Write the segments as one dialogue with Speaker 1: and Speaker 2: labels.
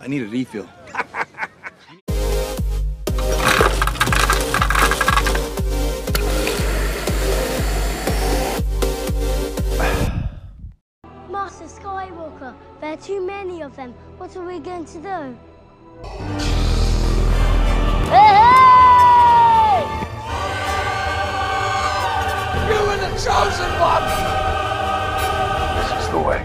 Speaker 1: I need a refill.
Speaker 2: Master Skywalker, there are too many of them. What are we going to do?
Speaker 3: You were the chosen one! This is the way.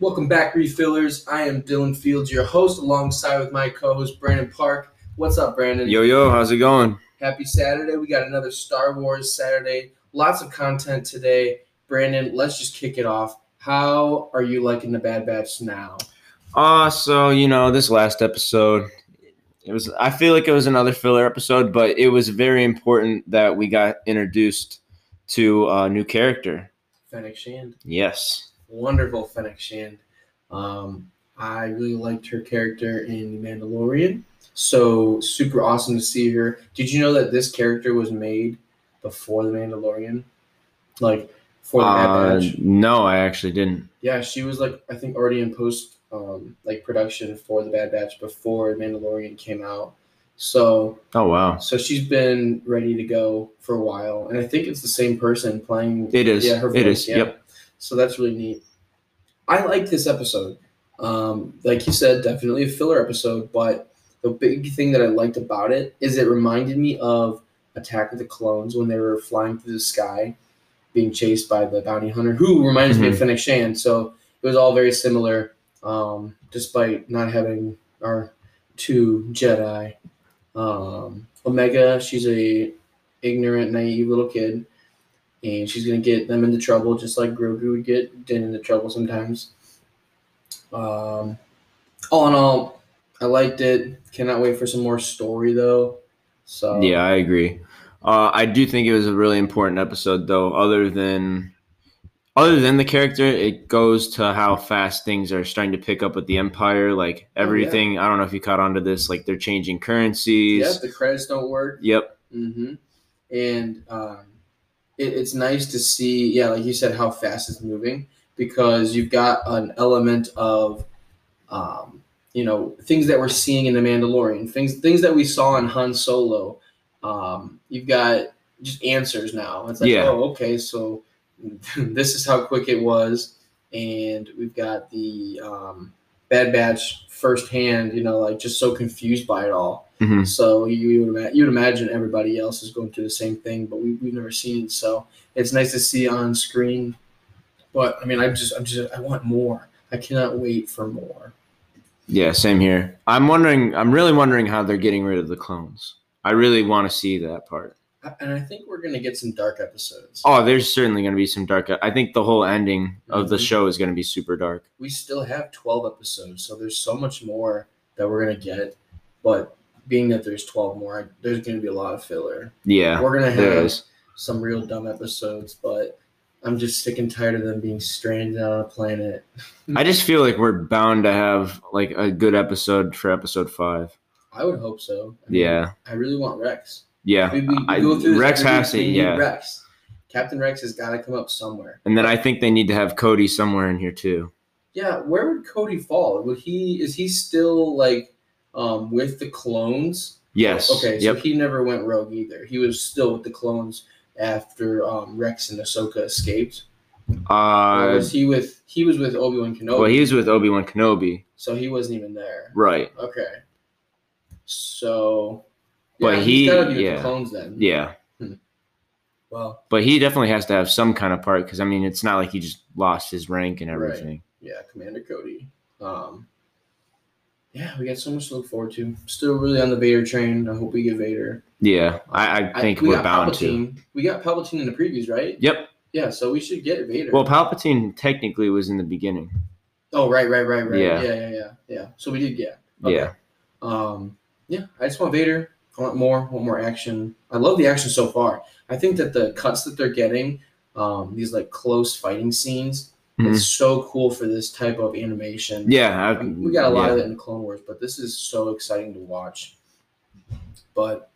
Speaker 4: Welcome back, refillers. I am Dylan Fields, your host, alongside with my co-host Brandon Park. What's up, Brandon?
Speaker 5: Yo, yo, how's it going?
Speaker 4: Happy Saturday. We got another Star Wars Saturday. Lots of content today. Brandon, let's just kick it off. How are you liking the Bad Batch now?
Speaker 5: Uh, so, you know, this last episode, it was, I feel like it was another filler episode, but it was very important that we got introduced to a new character.
Speaker 4: Fennec Shand.
Speaker 5: Yes.
Speaker 4: Wonderful Fennec Shand. Um, I really liked her character in The Mandalorian. So super awesome to see her. Did you know that this character was made before The Mandalorian? Like for the Bad
Speaker 5: Uh,
Speaker 4: Batch?
Speaker 5: no, I actually didn't.
Speaker 4: Yeah, she was like I think already in post um, like production for the Bad Batch before Mandalorian came out. So
Speaker 5: Oh, wow.
Speaker 4: so she's been ready to go for a while, and I think it's the same person playing.
Speaker 5: It is. it is. Yep.
Speaker 4: So that's really neat. I like this episode. Um, like you said, definitely a filler episode, but the big thing that I liked about it is it reminded me of Attack of the Clones when they were flying through the sky, being chased by the bounty hunter, who reminds me of Fennec Shand. So it was all very similar, um, despite not having our two Jedi. Um, Omega, she's a ignorant, naive little kid and she's gonna get them into trouble, just like Grogu would get Din into trouble sometimes. Um, all in all, I liked it. Cannot wait for some more story though. So
Speaker 5: Yeah, I agree. Uh, I do think it was a really important episode, though. Other than, other than the character, it goes to how fast things are starting to pick up with the empire.
Speaker 4: Oh,
Speaker 5: Like
Speaker 4: yeah.
Speaker 5: everything, I don't know if you caught on to this. Like they're changing
Speaker 4: yeah,
Speaker 5: currencies.
Speaker 4: the credits don't work.
Speaker 5: Yep.
Speaker 4: Mm-hmm. And um, it, it's nice to see, yeah, like you said, how fast it's moving because you've got an element of, um, you know, things that we're seeing in the Mandalorian, things things that we saw in Han Solo. Um, you've got just answers now. It's like,
Speaker 5: Yeah.
Speaker 4: oh, okay, so this is how quick it was, and we've got the um, Bad Batch firsthand. You know, like just so confused by it all.
Speaker 5: Mhm.
Speaker 4: So you, you would ima- you would imagine everybody else is going through the same thing, but we, we've never seen it. So it's nice to see on screen. But I mean, I'm just I'm just I want more. I cannot wait for more.
Speaker 5: Yeah. Same here. I'm wondering. I'm really wondering how they're getting rid of the clones. I really want to see that part.
Speaker 4: I- And I think we're gonna get some dark episodes.
Speaker 5: Oh, there's certainly going to be some dark. I think the whole ending of the
Speaker 4: Mhm.
Speaker 5: show is going to be super dark.
Speaker 4: We still have 12 episodes, so there's so much more that we're gonna get. But being that there's 12 more, I- there's gonna be a lot of filler.
Speaker 5: Yeah.
Speaker 4: We're gonna
Speaker 5: There
Speaker 4: have
Speaker 5: is.
Speaker 4: some real dumb episodes, but I'm just sick and tired of them being stranded on a planet.
Speaker 5: I just feel like we're bound to have like a good episode for episode five.
Speaker 4: I would hope so. I mean,
Speaker 5: Yeah,
Speaker 4: I really want Rex.
Speaker 5: yeah.
Speaker 4: We, we, we
Speaker 5: I-
Speaker 4: go through this
Speaker 5: Rex
Speaker 4: every
Speaker 5: has to,
Speaker 4: week. We need
Speaker 5: yeah.
Speaker 4: Rex. Captain Rex has got to come up somewhere.
Speaker 5: And then I think they need to have Cody somewhere in here too.
Speaker 4: Yeah, where would Cody fall? Would he is he still like um with the clones?
Speaker 5: Yes.
Speaker 4: Okay, so
Speaker 5: Yep.
Speaker 4: he never went rogue either. He was still with the clones after um Rex and Ahsoka escaped. Or
Speaker 5: uh,
Speaker 4: was he with he was with Obi Wan Kenobi?
Speaker 5: well, he's with Obi Wan Kenobi,
Speaker 4: so he wasn't even there.
Speaker 5: right?
Speaker 4: Okay. So
Speaker 5: But
Speaker 4: he's
Speaker 5: he-
Speaker 4: gotta be with the
Speaker 5: yeah.
Speaker 4: clones then.
Speaker 5: Yeah,
Speaker 4: Well,
Speaker 5: but he definitely has to have some kind of part because I mean, it's not like he just lost his rank and
Speaker 4: Right.
Speaker 5: everything.
Speaker 4: yeah, Commander Cody. Um, yeah, we got so much to look forward to. Still really on the Vader train. I hope we get Vader.
Speaker 5: Yeah, I, I think
Speaker 4: we
Speaker 5: we're
Speaker 4: got
Speaker 5: bound to.
Speaker 4: Palpatine. We got Palpatine in the previews, right?
Speaker 5: Yep.
Speaker 4: Yeah, so we should get Vader.
Speaker 5: Well, Palpatine technically was in the beginning.
Speaker 4: oh, right, right, right, right. Yeah,
Speaker 5: Yeah.
Speaker 4: yeah, yeah, yeah. So we did get. Okay.
Speaker 5: Yeah.
Speaker 4: Um, yeah, I just want Vader. I want more. Want more action. I love the action so far. I think that the cuts that they're getting, um, these like close fighting scenes,
Speaker 5: Mhm.
Speaker 4: it's so cool for this type of animation.
Speaker 5: Yeah. I,
Speaker 4: I mean, we got a lot
Speaker 5: yeah.
Speaker 4: of that in the Clone Wars, but this is so exciting to watch. But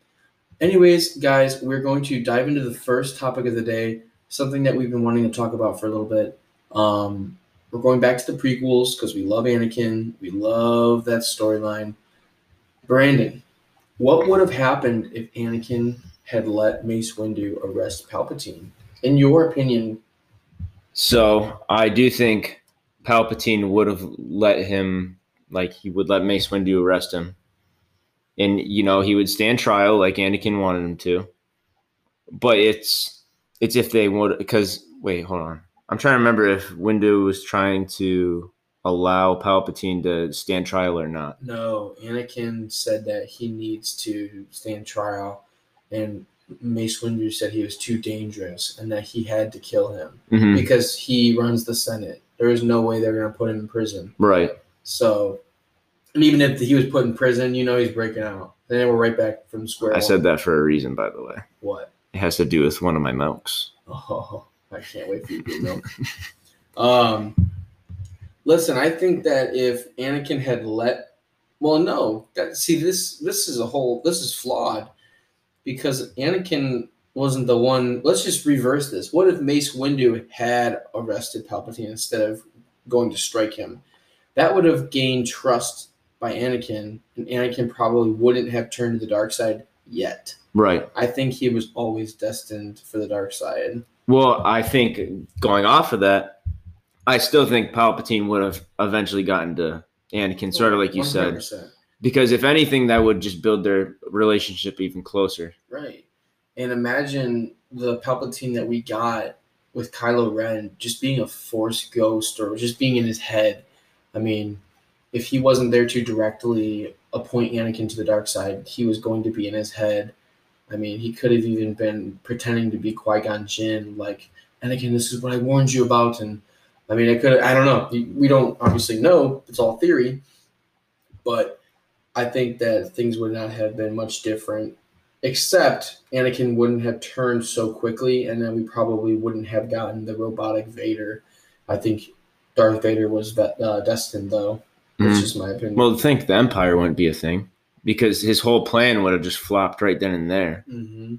Speaker 4: Anyways, guys, we're going to dive into the first topic of the day, something that we've been wanting to talk about for a little bit. Um, we're going back to the prequels because we love Anakin. We love that storyline. Brandon, what would have happened if Anakin had let Mace Windu arrest Palpatine? In your opinion,
Speaker 5: So I do think Palpatine would have let him, like he would let Mace Windu arrest him, and you know he would stand trial like Anakin wanted him to. But it's it's if they would because wait hold on I'm trying to remember if Windu was trying to allow Palpatine to stand trial or not.
Speaker 4: no, Anakin said that he needs to stand trial, and Mace Windu said he was too dangerous and that he had to kill him
Speaker 5: Mm-hmm.
Speaker 4: because he runs the Senate. There is no way they're going to put him in prison.
Speaker 5: Right.
Speaker 4: So, and even if he was put in prison, you know he's breaking out. Then we're right back from square.
Speaker 5: I
Speaker 4: one.
Speaker 5: said that for a reason, by the way.
Speaker 4: what?
Speaker 5: It has to do with one of my milks.
Speaker 4: Oh, I can't wait for you to get milk. um, listen, I think that if Anakin had let, well, no, that, see this this is a whole this is flawed because Anakin wasn't the one. Let's just reverse this. What if Mace Windu had arrested Palpatine instead of going to strike him? That would have gained trust by Anakin, and Anakin probably wouldn't have turned to the dark side yet.
Speaker 5: Right.
Speaker 4: I think he was always destined for the dark side.
Speaker 5: Well, I think going off of that, I still think Palpatine would have eventually gotten to Anakin, sort of like you said,
Speaker 4: 100%.
Speaker 5: because if anything, that would just build their relationship even closer.
Speaker 4: Right. And imagine the Palpatine that we got with Kylo Ren just being a force ghost or just being in his head. I mean, if he wasn't there to directly appoint Anakin to the dark side, he was going to be in his head. I mean, he could have even been pretending to be Qui Gon Jinn, like Anakin, this is what I warned you about. And I mean, I could, I don't know. We- We don't obviously know. It's all theory. But I think that things would not have been much different, except Anakin wouldn't have turned so quickly, and then we probably wouldn't have gotten the robotic Vader. I think Darth Vader was ve- uh, destined, though. That's
Speaker 5: Mhm.
Speaker 4: just my opinion.
Speaker 5: Well, think the Empire wouldn't be a thing because his whole plan would have just flopped right then and there.
Speaker 4: Mhm.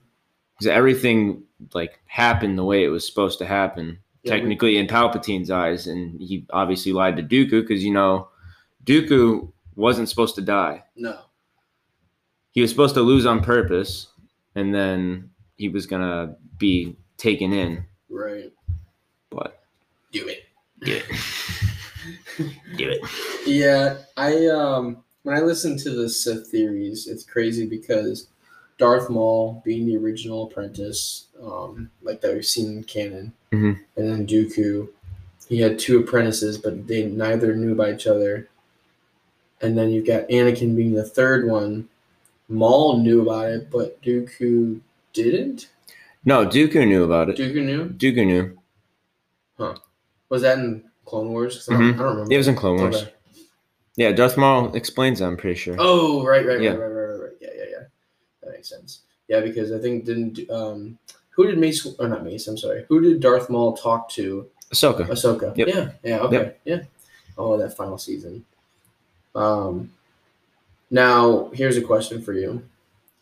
Speaker 5: Because everything like happened the way it was supposed to happen,
Speaker 4: Yeah, we-
Speaker 5: technically in Palpatine's eyes, and he obviously lied to Dooku because you know, Dooku wasn't supposed to die.
Speaker 4: no.
Speaker 5: he was supposed to lose on purpose and then he was gonna be taken in
Speaker 4: Right.
Speaker 5: but
Speaker 4: Do it.
Speaker 5: do it do it
Speaker 4: Yeah, I um when I listen to the Sith theories, it's crazy because Darth Maul being the original apprentice, um, like that we've seen in canon,
Speaker 5: Mhm.
Speaker 4: and then Dooku, he had two apprentices, but they neither knew about each other. And then you've got Anakin being the third one. Maul knew about it, but Dooku didn't.
Speaker 5: no dooku knew about it
Speaker 4: Dooku knew.
Speaker 5: dooku knew
Speaker 4: Was that in Clone Wars? 'Cause I, don't,
Speaker 5: Mhm.
Speaker 4: I don't remember.
Speaker 5: it was in clone wars
Speaker 4: Okay.
Speaker 5: yeah darth maul explains that i'm pretty sure
Speaker 4: Oh, right, right,
Speaker 5: Yeah.
Speaker 4: right, right, right, right, right. Yeah, yeah, yeah. That makes sense. Yeah, because I think didn't um, who did Mace or not Mace? I'm sorry. Who did Darth Maul talk to?
Speaker 5: ahsoka
Speaker 4: Ahsoka.
Speaker 5: Yep.
Speaker 4: Yeah. Yeah. Okay. Yeah. Oh, that final season. Um. Now here's a question for you.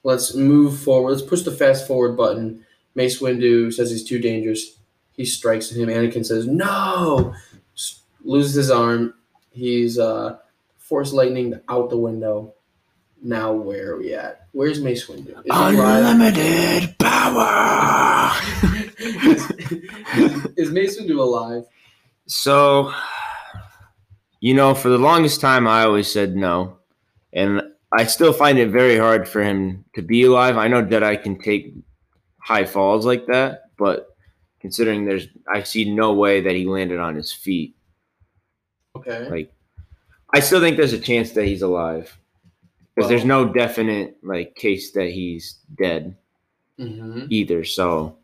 Speaker 4: Let's move forward. Let's push the fast forward button. Mace Windu says he's too dangerous. He strikes at him. Anakin says no. S- loses his arm. He's uh force lightning out the window. Now where are we at? Where's Mace Windu? Is he alive?
Speaker 5: unlimited power
Speaker 4: is, is Mace Windu alive?
Speaker 5: So, you know, for the longest time, I always said no. And I still find it very hard for him to be alive. I know that I can take high falls like that, but considering there's, I see no way that he landed on his feet.
Speaker 4: Okay.
Speaker 5: Like, I still think there's a chance that he's alive because there's no definite, like, case that he's dead
Speaker 4: Mm-hmm.
Speaker 5: either. So,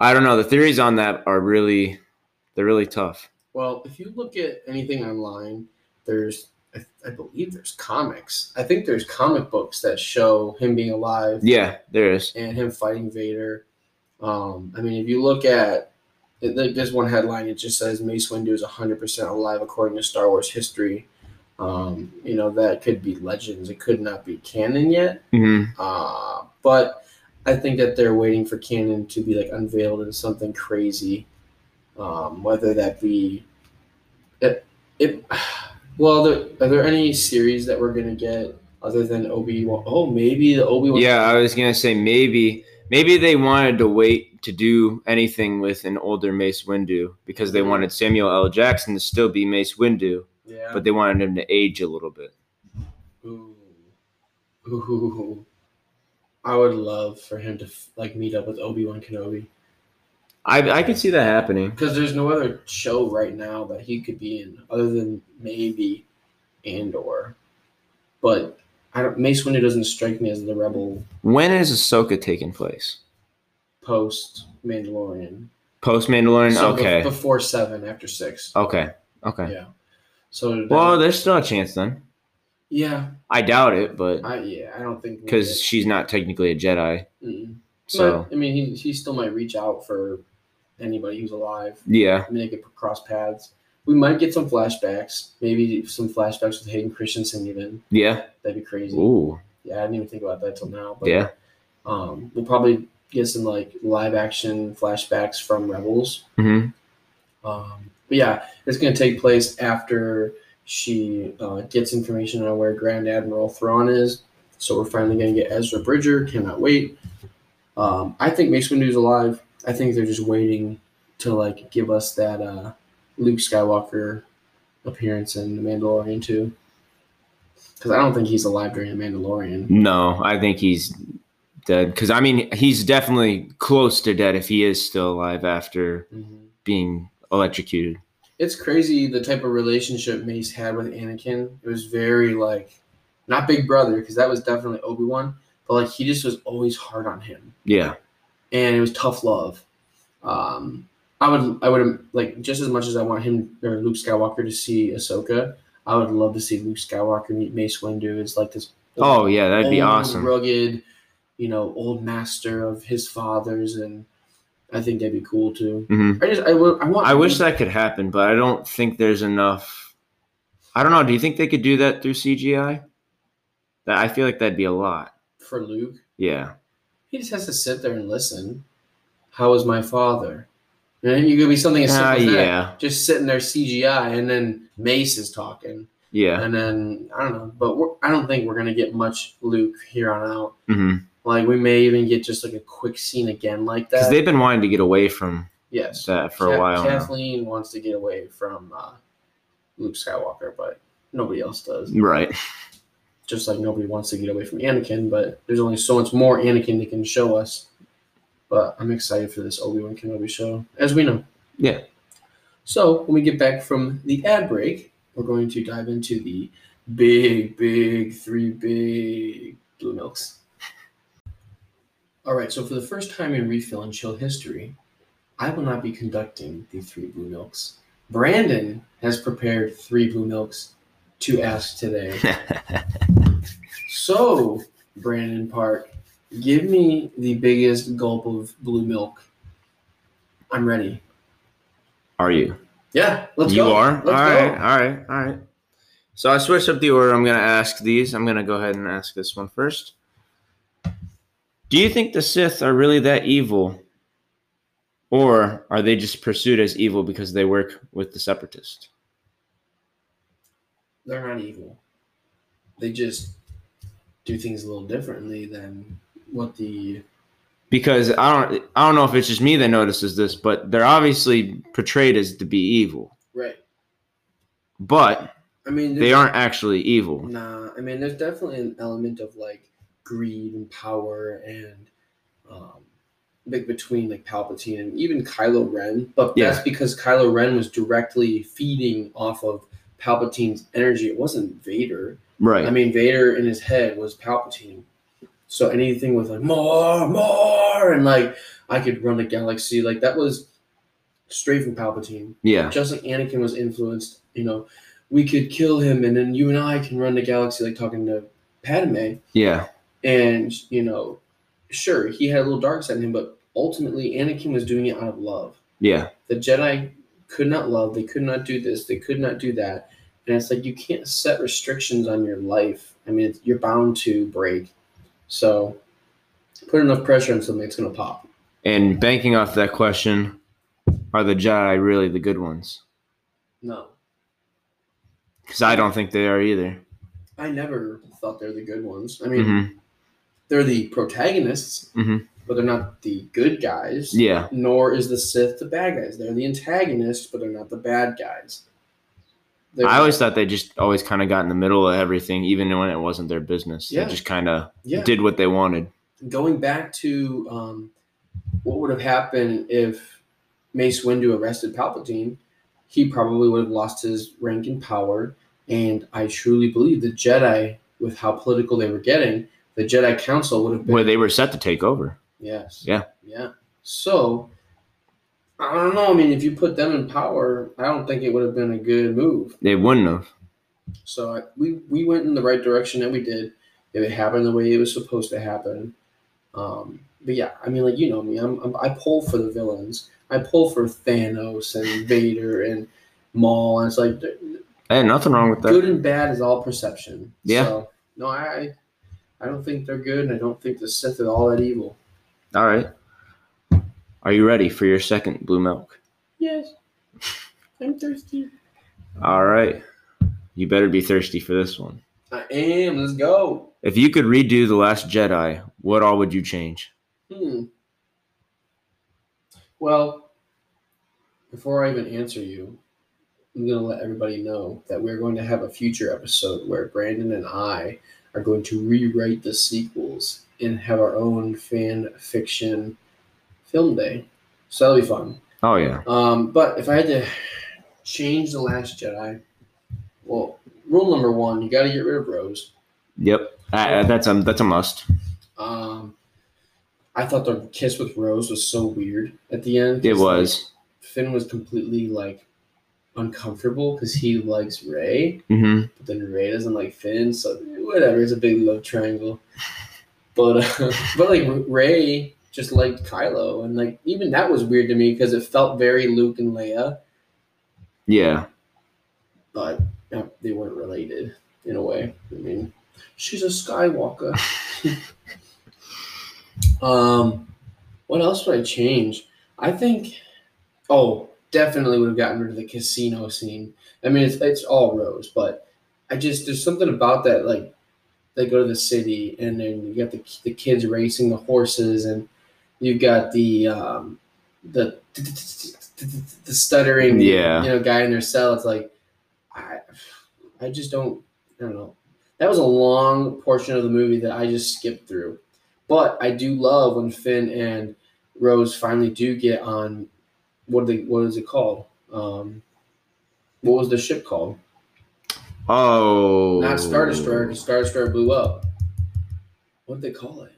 Speaker 5: I don't know. The theories on that are really, they're really tough.
Speaker 4: Well, if you look at anything online, there's I, I believe there's comics. I think there's comic books that show him being alive
Speaker 5: Yeah, there is.
Speaker 4: and him fighting Vader. Um, I mean, if you look at it, like, there's one headline, it just says Mace Windu is 100% alive according to Star Wars history. Um, you know that could be legends. It could not be canon yet.
Speaker 5: hmm
Speaker 4: Uh, But I think that they're waiting for canon to be like unveiled in something crazy, um, whether that be it. it well, are there, are there any series that we're gonna get other than Obi Wan? Oh, maybe the Obi Wan.
Speaker 5: Yeah, I was gonna say maybe maybe they wanted to wait to do anything with an older Mace Windu because they wanted Samuel L. Jackson to still be Mace Windu,
Speaker 4: Yeah.
Speaker 5: but they wanted him to age a little bit.
Speaker 4: Ooh. Ooh. I would love for him to f- like meet up with Obi Wan Kenobi
Speaker 5: I I could see that happening.
Speaker 4: because there's no other show right now that he could be in other than maybe Andor, but I don't. Mace Windu doesn't strike me as the rebel
Speaker 5: When is Ahsoka taking place?
Speaker 4: post Mandalorian.
Speaker 5: Post Mandalorian.
Speaker 4: So be-
Speaker 5: okay.
Speaker 4: before seven, after six.
Speaker 5: okay. Okay.
Speaker 4: Yeah. So
Speaker 5: Well, there's still a chance then.
Speaker 4: yeah,
Speaker 5: I doubt it, but
Speaker 4: I yeah, I don't think we
Speaker 5: because she's not technically a Jedi,
Speaker 4: get- mm-mm.
Speaker 5: so
Speaker 4: But, I mean, he he still might reach out for anybody who's alive.
Speaker 5: yeah.
Speaker 4: I mean, they could cross paths. We might get some flashbacks, maybe some flashbacks with Hayden Christensen. Even
Speaker 5: Yeah.
Speaker 4: that'd be crazy.
Speaker 5: Ooh.
Speaker 4: Yeah, I didn't even think about that till now. But
Speaker 5: Yeah.
Speaker 4: um, we'll probably get some like live action flashbacks from Rebels.
Speaker 5: hmm
Speaker 4: Um, but yeah, it's gonna take place after she uh, gets information on where Grand Admiral Thrawn is. So we're finally gonna get Ezra Bridger. Cannot wait. Um, I think Mace Windu's alive. I think they're just waiting to like give us that uh, Luke Skywalker appearance in The Mandalorian too. Because I don't think he's alive during The
Speaker 5: Mm.
Speaker 4: Mandalorian.
Speaker 5: No, I think he's dead. Because I mean, he's definitely close to dead if he is still alive after
Speaker 4: Mm-hmm.
Speaker 5: being electrocuted.
Speaker 4: It's crazy the type of relationship Mace had with Anakin. It was very like, not big brother because that was definitely Obi Wan, but like he just was always hard on him,
Speaker 5: Yeah.
Speaker 4: and it was tough love. Um, I would, I would like just as much as I want him or Luke Skywalker to see Ahsoka. I would love to see Luke Skywalker meet Mace Windu. It's like this.
Speaker 5: Oh yeah, that'd be
Speaker 4: old,
Speaker 5: awesome.
Speaker 4: Rugged, you know, old master of his father's, and I think that'd be cool too.
Speaker 5: hmm
Speaker 4: I just, I, would, I want.
Speaker 5: I wish that could happen, but I don't think there's enough. I don't know. Do you think they could do that through CGI? That I feel like that'd be a lot.
Speaker 4: for Luke.
Speaker 5: Yeah.
Speaker 4: He just has to sit there and listen. How is my father? And you could be something as
Speaker 5: Ah,
Speaker 4: simple as that.
Speaker 5: yeah.
Speaker 4: Just sitting there CGI, and then Mace is talking,
Speaker 5: Yeah.
Speaker 4: and then I don't know. But we're, I don't think we're gonna get much Luke here on out.
Speaker 5: hmm
Speaker 4: Like we may even get just like a quick scene again like
Speaker 5: Because
Speaker 4: that.
Speaker 5: they've been wanting to get away from
Speaker 4: yes,
Speaker 5: that for a
Speaker 4: Ka-
Speaker 5: while now.
Speaker 4: Kathleen wants to get away from uh, Luke Skywalker, but nobody else does.
Speaker 5: Right.
Speaker 4: Just like nobody wants to get away from Anakin, but there's only so much more Anakin they can show us. But I'm excited for this Obi Wan Kenobi show, as we know.
Speaker 5: Yeah.
Speaker 4: So when we get back from the ad break, we're going to dive into the big, big three big blue milks. All right. So for the first time in refill and chill history, I will not be conducting the three blue milks. Brandon has prepared three blue milks to ask today. So, Brandon Park, give me the biggest gulp of blue milk. I'm ready.
Speaker 5: Are you?
Speaker 4: Yeah, let's
Speaker 5: you
Speaker 4: go.
Speaker 5: are?
Speaker 4: Let's
Speaker 5: all right,
Speaker 4: go.
Speaker 5: all right, all right. So I switched up the order. I'm going to ask these. I'm going to go ahead and ask this one first. Do you think the Sith are really that evil? Or are they just pursued as evil because they work with the separatists?
Speaker 4: They're not evil. They just do things a little differently than what the
Speaker 5: Because I don't I don't know if it's just me that notices this, but they're obviously portrayed as to be evil.
Speaker 4: right.
Speaker 5: But
Speaker 4: I mean,
Speaker 5: they aren't actually evil.
Speaker 4: Nah, I mean, there's definitely an element of like greed and power and um, like between like Palpatine and even Kylo Ren, but
Speaker 5: Yeah.
Speaker 4: that's because Kylo Ren was directly feeding off of Palpatine's energy. It wasn't Vader.
Speaker 5: Right.
Speaker 4: I mean, Vader in his head was Palpatine. So anything with like more, more, and like I could run the galaxy, like that was straight from Palpatine
Speaker 5: yeah.
Speaker 4: just like Anakin was influenced, you know, we could kill him and then you and I can run the galaxy, like talking to Padme.
Speaker 5: Yeah.
Speaker 4: And, you know, sure, he had a little dark side in him, but ultimately Anakin was doing it out of love.
Speaker 5: Yeah.
Speaker 4: The Jedi could not love, they could not do this, they could not do that. And it's like you can't set restrictions on your life. I mean, it's, you're bound to break. So Put enough pressure on something, it's gonna pop.
Speaker 5: And banking off that question, are the Jedi really the good ones?
Speaker 4: No,
Speaker 5: Because I don't think they are either.
Speaker 4: I never thought they're the good ones. I mean,
Speaker 5: hmm
Speaker 4: they're the protagonists,
Speaker 5: Mhm.
Speaker 4: but they're not the good guys.
Speaker 5: Yeah.
Speaker 4: Nor is the Sith the bad guys. They're the antagonists, but they're not the bad guys. They're-
Speaker 5: I always thought they just always kind of got in the middle of everything, even when it wasn't their business.
Speaker 4: Yeah.
Speaker 5: They just kind of
Speaker 4: yeah.
Speaker 5: did what they wanted.
Speaker 4: going back to um, what would have happened if Mace Windu arrested Palpatine, he probably would have lost his rank and power. And I truly believe the Jedi, with how political they were getting, the Jedi Council would have been
Speaker 5: Where they were set to take over.
Speaker 4: Yes.
Speaker 5: Yeah.
Speaker 4: Yeah. So I don't know. I mean, if you put them in power, I don't think it would have been a good move.
Speaker 5: They wouldn't have.
Speaker 4: So I, we we went in the right direction that we did. If it happened the way it was supposed to happen, um, but yeah, I mean, like you know me, I'm, I'm I pull for the villains. I pull for Thanos and Vader and Maul, and it's like th-
Speaker 5: Hey, nothing wrong with that.
Speaker 4: good and bad is all perception.
Speaker 5: Yeah.
Speaker 4: So, no, I I don't think they're good, and I don't think the Sith are all that evil.
Speaker 5: All right. Are you ready for your second blue milk?
Speaker 4: Yes. I'm thirsty.
Speaker 5: All right. You better be thirsty for this one.
Speaker 4: I am. Let's go.
Speaker 5: If you could redo The Last Jedi, what all would you change?
Speaker 4: Hmm. Well, before I even answer you, I'm going to let everybody know that we're going to have a future episode where Brandon and I are going to rewrite the sequels and have our own fan fiction film day. So that'll be fun.
Speaker 5: Oh, yeah.
Speaker 4: Um, but if I had to change The Last Jedi, well, rule number one, you got to get rid of Rose.
Speaker 5: Yep. Uh, that's, a, that's a must.
Speaker 4: Um, I thought the kiss with Rose was so weird at the end.
Speaker 5: It was.
Speaker 4: Finn was completely like uncomfortable because he likes Ray,
Speaker 5: hmm
Speaker 4: but then Ray doesn't like Finn, so whatever. It's a big love triangle. But uh, but like Ray just liked Kylo, and like even that was weird to me because it felt very Luke and Leia,
Speaker 5: Yeah.
Speaker 4: but uh, they weren't related in a way. I mean, she's a Skywalker. um, what else would I change? I think, oh, definitely would have gotten rid of the casino scene. I mean, it's it's all Rose, but I just there's something about that like they go to the city and then you got the the kids racing the horses and you've got the um the the stuttering
Speaker 5: Yeah.
Speaker 4: you know guy in their cell. It's like I I just don't I don't know. That was a long portion of the movie that I just skipped through. But I do love when Finn and Rose finally do get on what they what is it called? Um, what was the ship called?
Speaker 5: Oh.
Speaker 4: Not Star Destroyer. 'cause Star Destroyer blew up. What did they call it?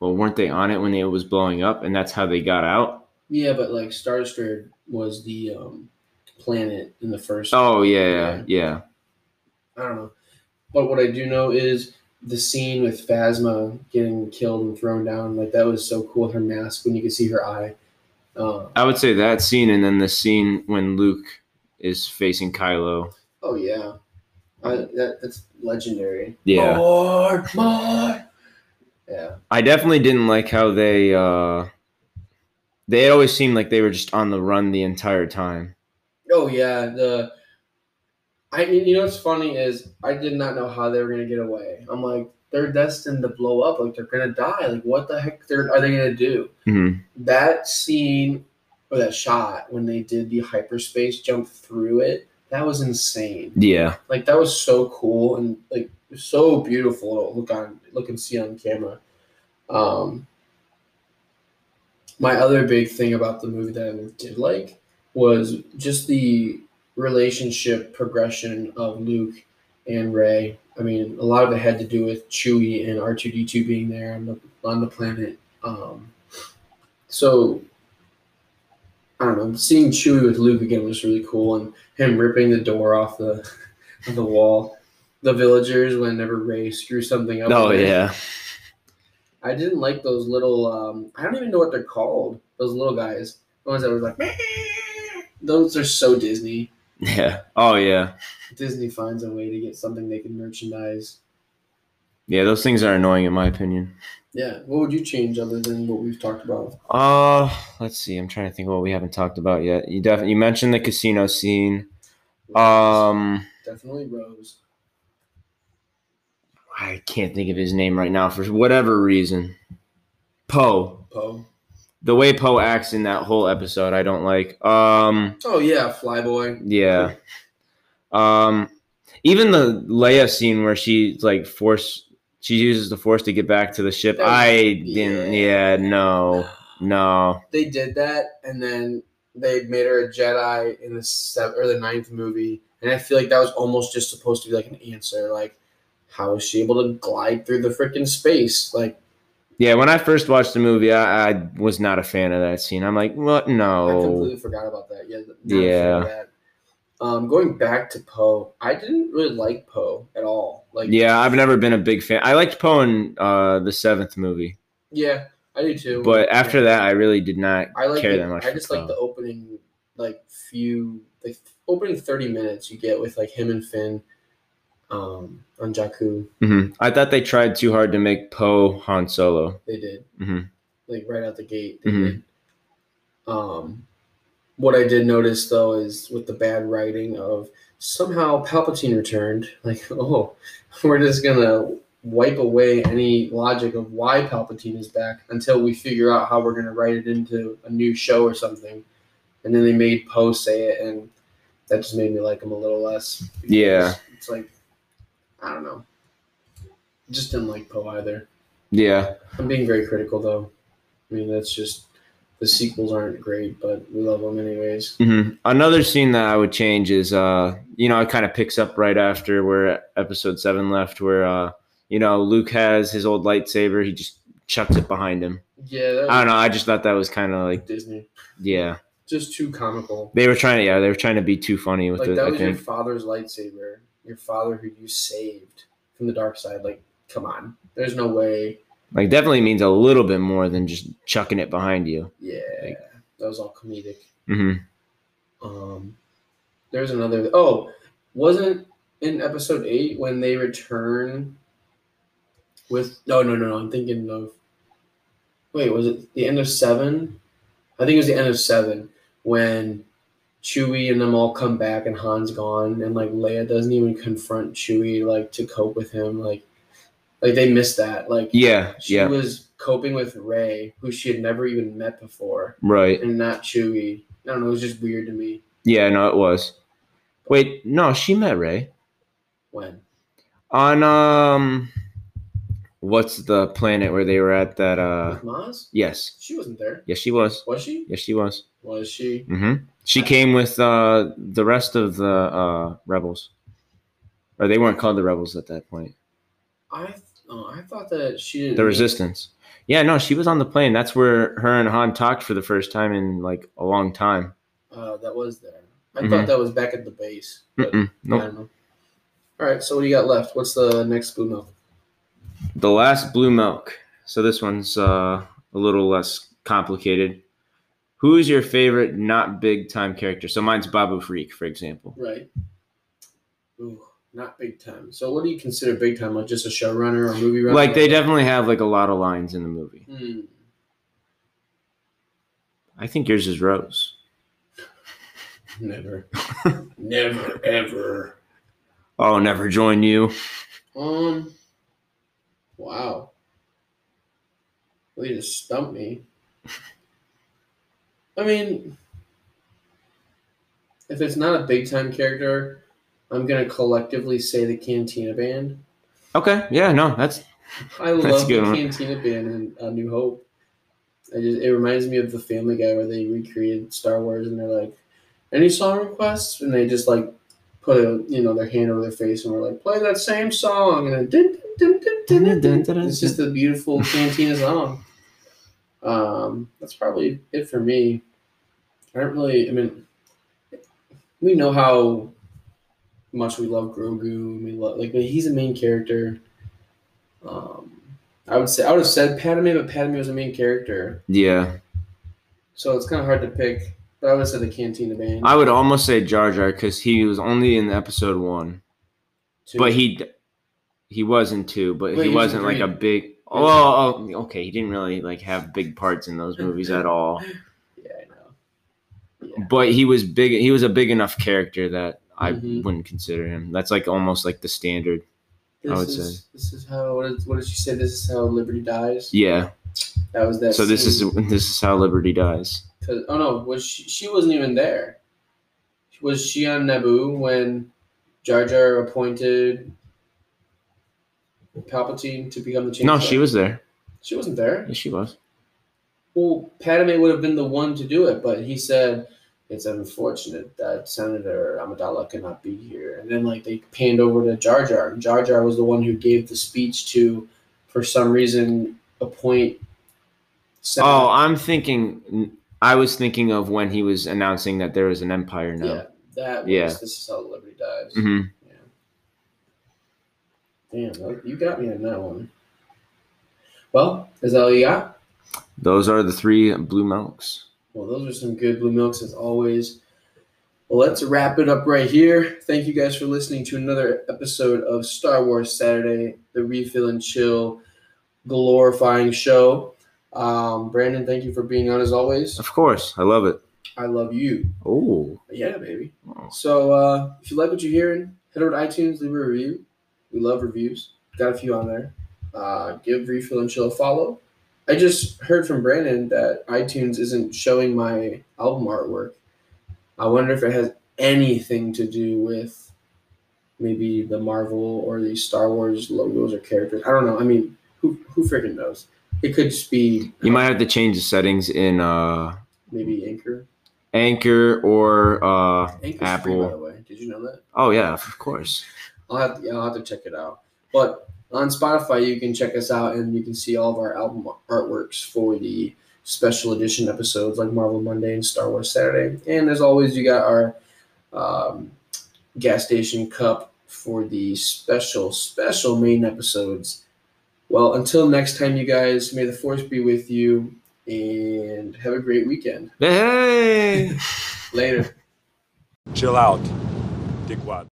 Speaker 5: Well, weren't they on it when it was blowing up, and that's how they got out?
Speaker 4: Yeah, but like Star Destroyer was the um, planet in the first.
Speaker 5: Oh yeah, yeah.
Speaker 4: I don't know. But what I do know is the scene with Phasma getting killed and thrown down. Like that was so cool. Her mask when you could see her eye. Uh,
Speaker 5: I would say that scene, and then the scene when Luke is facing Kylo.
Speaker 4: oh yeah, I, that, that's legendary.
Speaker 5: Yeah,
Speaker 4: More, more. Yeah.
Speaker 5: I definitely didn't like how they. uh They always seemed like they were just on the run the entire time.
Speaker 4: Oh yeah, the I you know what's funny is I did not know how they were gonna get away. I'm like, they're destined to blow up, like they're gonna die. Like what the heck they're, are they gonna do?
Speaker 5: Mhm.
Speaker 4: That scene or that shot when they did the hyperspace jump through it, that was insane.
Speaker 5: Yeah,
Speaker 4: Like that was so cool and like so beautiful to look on look and see on camera. Um my other big thing about the movie that I did like was just the relationship progression of Luke and Ray. I mean, a lot of it had to do with Chewie and R two D two being there on the on the planet. Um, so I don't know. Seeing Chewie with Luke again was really cool, and him ripping the door off the of the wall. The villagers whenever Ray screws something up.
Speaker 5: oh yeah,
Speaker 4: I didn't like those little. Um, I don't even know what they're called. Those little guys, the ones that were like, "Meow." those are so Disney.
Speaker 5: yeah, oh yeah.
Speaker 4: Disney finds a way to get something they can merchandise.
Speaker 5: Yeah, those things are annoying in my opinion.
Speaker 4: Yeah. What would you change other than what we've talked about?
Speaker 5: Uh, let's see. I'm trying to think of what we haven't talked about yet. You definitely you mentioned the casino scene. Um,
Speaker 4: Definitely Rose.
Speaker 5: I can't think of his name right now for whatever reason. Poe.
Speaker 4: Poe.
Speaker 5: The way Poe acts in that whole episode, I don't like. Um,
Speaker 4: Oh yeah, Flyboy.
Speaker 5: yeah. Um, even the Leia scene where she like force, she uses the force to get back to the ship.
Speaker 4: That was-
Speaker 5: I didn't. Yeah, no, no.
Speaker 4: They did that, and then they made her a Jedi in the seventh or the ninth movie, and I feel like that was almost just supposed to be like an answer, like how is she able to glide through the freaking space? Like
Speaker 5: Yeah, when I first watched the movie, I, I was not a fan of that scene. I'm like, what?
Speaker 4: I
Speaker 5: No.
Speaker 4: completely forgot about that. Yeah. not
Speaker 5: Oh. Yeah.
Speaker 4: sure of that. Um, going back to Poe, I didn't really like Poe at all. Like
Speaker 5: Yeah, I've never been a big fan. I liked Poe in uh, the seventh movie,
Speaker 4: yeah, I do too.
Speaker 5: but after
Speaker 4: Yeah.
Speaker 5: that, I really did not
Speaker 4: I like
Speaker 5: care
Speaker 4: the-
Speaker 5: that much.
Speaker 4: I
Speaker 5: for
Speaker 4: just like
Speaker 5: Poe.
Speaker 4: the opening like few like opening thirty minutes you get with like him and Finn um on Jakku.
Speaker 5: Mhm. I thought they tried too hard to make Poe Han Solo.
Speaker 4: They did.
Speaker 5: Mhm.
Speaker 4: Like right out the gate. They
Speaker 5: Mhm.
Speaker 4: did. Um what I did notice though is with the bad writing of somehow Palpatine returned, like, oh, we're just gonna wipe away any logic of why Palpatine is back until we figure out how we're gonna write it into a new show or something. And then they made Poe say it, and that just made me like him a little less. because
Speaker 5: Yeah.
Speaker 4: it's like I don't know. Just didn't like Poe either.
Speaker 5: Yeah,
Speaker 4: I'm being very critical though. I mean, that's just the sequels aren't great, but we love them anyways.
Speaker 5: hmm Another scene that I would change is, uh, you know, it kind of picks up right after where episode seven left, where uh, you know Luke has his old lightsaber. He just chucks it behind him.
Speaker 4: Yeah, that was
Speaker 5: I don't know. I just thought that was kind of like,
Speaker 4: Disney.
Speaker 5: yeah,
Speaker 4: Just too comical.
Speaker 5: they were trying to, yeah, they were trying to be too funny with
Speaker 4: Like
Speaker 5: it.
Speaker 4: that
Speaker 5: I
Speaker 4: was your
Speaker 5: think.
Speaker 4: father's lightsaber. Your father who you saved from the dark side. Like, come on. There's no way.
Speaker 5: Like definitely means a little bit more than just chucking it behind you.
Speaker 4: Yeah.
Speaker 5: Like-
Speaker 4: That was all comedic.
Speaker 5: hmm
Speaker 4: Um, there's another. Oh, wasn't in episode eight when they return with? No, no, no, no. I'm thinking of. Wait, was it the end of seven? I think it was the end of seven when Chewie and them all come back and Han's gone and like Leia doesn't even confront Chewie like to cope with him like like they missed that like
Speaker 5: Yeah,
Speaker 4: she
Speaker 5: yeah,
Speaker 4: was coping with Ray who she had never even met before
Speaker 5: right.
Speaker 4: and not Chewie. I don't know. It was just weird to me.
Speaker 5: Yeah, no, it was. Wait, no, she met Ray
Speaker 4: When?
Speaker 5: on um, what's the planet where they were at that? Uh,
Speaker 4: With Maz?
Speaker 5: yes,
Speaker 4: She wasn't there.
Speaker 5: yes, she was.
Speaker 4: Was she?
Speaker 5: Yes, she was.
Speaker 4: Was she?
Speaker 5: hmm She came with uh the rest of the uh rebels, or they weren't called the rebels at that point.
Speaker 4: I oh, I thought that she didn't.
Speaker 5: The resistance. Yeah, no, she was on the plane. That's where her and Han talked for the first time in like a long time.
Speaker 4: Uh, that was there. I
Speaker 5: Mhm.
Speaker 4: thought that was back at the base. But
Speaker 5: Mm-mm,
Speaker 4: I
Speaker 5: nope.
Speaker 4: don't know. All right. So what do you got left? What's the next blue milk?
Speaker 5: The last blue milk. So this one's uh, a little less complicated. Who is your favorite not big time character? So mine's Babu Freak, for example.
Speaker 4: Right. Ooh, not big time. So what do you consider big time? Like just a showrunner or a movie runner?
Speaker 5: Like they definitely have like a lot of lines in the movie.
Speaker 4: Hmm.
Speaker 5: I think yours is Rose.
Speaker 4: Never. never ever.
Speaker 5: I'll Oh, never join you.
Speaker 4: Um. Wow. Well, you just stumped me. I mean, if it's not a big time character, I'm gonna collectively say the Cantina Band.
Speaker 5: Okay, yeah, no, that's
Speaker 4: I
Speaker 5: That's a
Speaker 4: love the
Speaker 5: good one.
Speaker 4: Cantina Band in A New Hope. I just, it reminds me of the Family Guy where they recreated Star Wars and they're like, "Any song requests?" and they just like put a you know their hand over their face and we're like, "Play that same song." And then dun, dun, dun, dun, dun, dun. it's just a beautiful Cantina song. Um, that's probably it for me. I don't really. I mean, we know how much we love Grogu. and We love like but he's a main character. Um, I would say I would have said Padme, but Padme was a main character,
Speaker 5: yeah.
Speaker 4: so it's kind of hard to pick. But I would have said the Cantina Band.
Speaker 5: I would almost say Jar Jar because he was only in episode one,
Speaker 4: too.
Speaker 5: but he He was in two, but
Speaker 4: Wait,
Speaker 5: he
Speaker 4: he was in
Speaker 5: wasn't like a
Speaker 4: three.
Speaker 5: big. Oh, oh, okay. He didn't really like have big parts in those movies at all.
Speaker 4: Yeah, I know.
Speaker 5: But he was big. He was a big enough character that I
Speaker 4: Mhm.
Speaker 5: wouldn't consider him. That's like almost like the standard.
Speaker 4: This
Speaker 5: I would
Speaker 4: is,
Speaker 5: say.
Speaker 4: This is how. What did, what did you say? This is how Liberty dies.
Speaker 5: Yeah.
Speaker 4: That was that.
Speaker 5: so this is
Speaker 4: scene.
Speaker 5: this is how Liberty dies.
Speaker 4: 'Cause- oh no, was she, she wasn't even there. Was she on Naboo when Jar Jar appointed Palpatine to become the Chancellor?
Speaker 5: No, she was there.
Speaker 4: She wasn't there.
Speaker 5: Yeah, she was.
Speaker 4: Well, Padme would have been the one to do it, but he said it's unfortunate that Senator Amidala could not be here. And then like they panned over to Jar Jar, and Jar Jar was the one who gave the speech to, for some reason, appoint. Senator.
Speaker 5: Oh, I'm thinking. I was thinking of when he was announcing that there was an empire now.
Speaker 4: yeah, that was,
Speaker 5: Yeah.
Speaker 4: this is how Liberty dies.
Speaker 5: hmm
Speaker 4: Damn, that- you got me on that one. Well, is that all you got?
Speaker 5: Those are the three blue milks.
Speaker 4: Well, those are some good blue milks as always. Well, let's wrap it up right here. Thank you guys for listening to another episode of Star Wars Saturday, the refill and chill glorifying show. Um, Brandon, thank you for being on as always.
Speaker 5: Of course, I love it.
Speaker 4: I love you.
Speaker 5: Oh,
Speaker 4: Yeah, baby.
Speaker 5: Oh.
Speaker 4: So uh, if you like what you're hearing, head over to iTunes, leave a review. We love reviews. Got a few on there. Uh, give Refill and Chill a follow. I just heard from Brandon that iTunes isn't showing my album artwork. I wonder if it has anything to do with maybe the Marvel or the Star Wars logos or characters. I don't know. I mean, who who freaking knows? It could just be
Speaker 5: you might have to change the settings in uh,
Speaker 4: maybe Anchor.
Speaker 5: Anchor or uh,
Speaker 4: Anchor's free, by the
Speaker 5: Apple.
Speaker 4: way. Did you know that?
Speaker 5: Oh yeah, of course.
Speaker 4: I'll have, yeah, I'll have to check it out. But on Spotify, you can check us out and you can see all of our album artworks for the special edition episodes like Marvel Monday and Star Wars Saturday. And as always, you got our um, gas station cup for the special, special main episodes. Well, until next time, you guys, may the force be with you and have a great weekend.
Speaker 5: Hey.
Speaker 4: Later.
Speaker 1: Chill out, dickwad.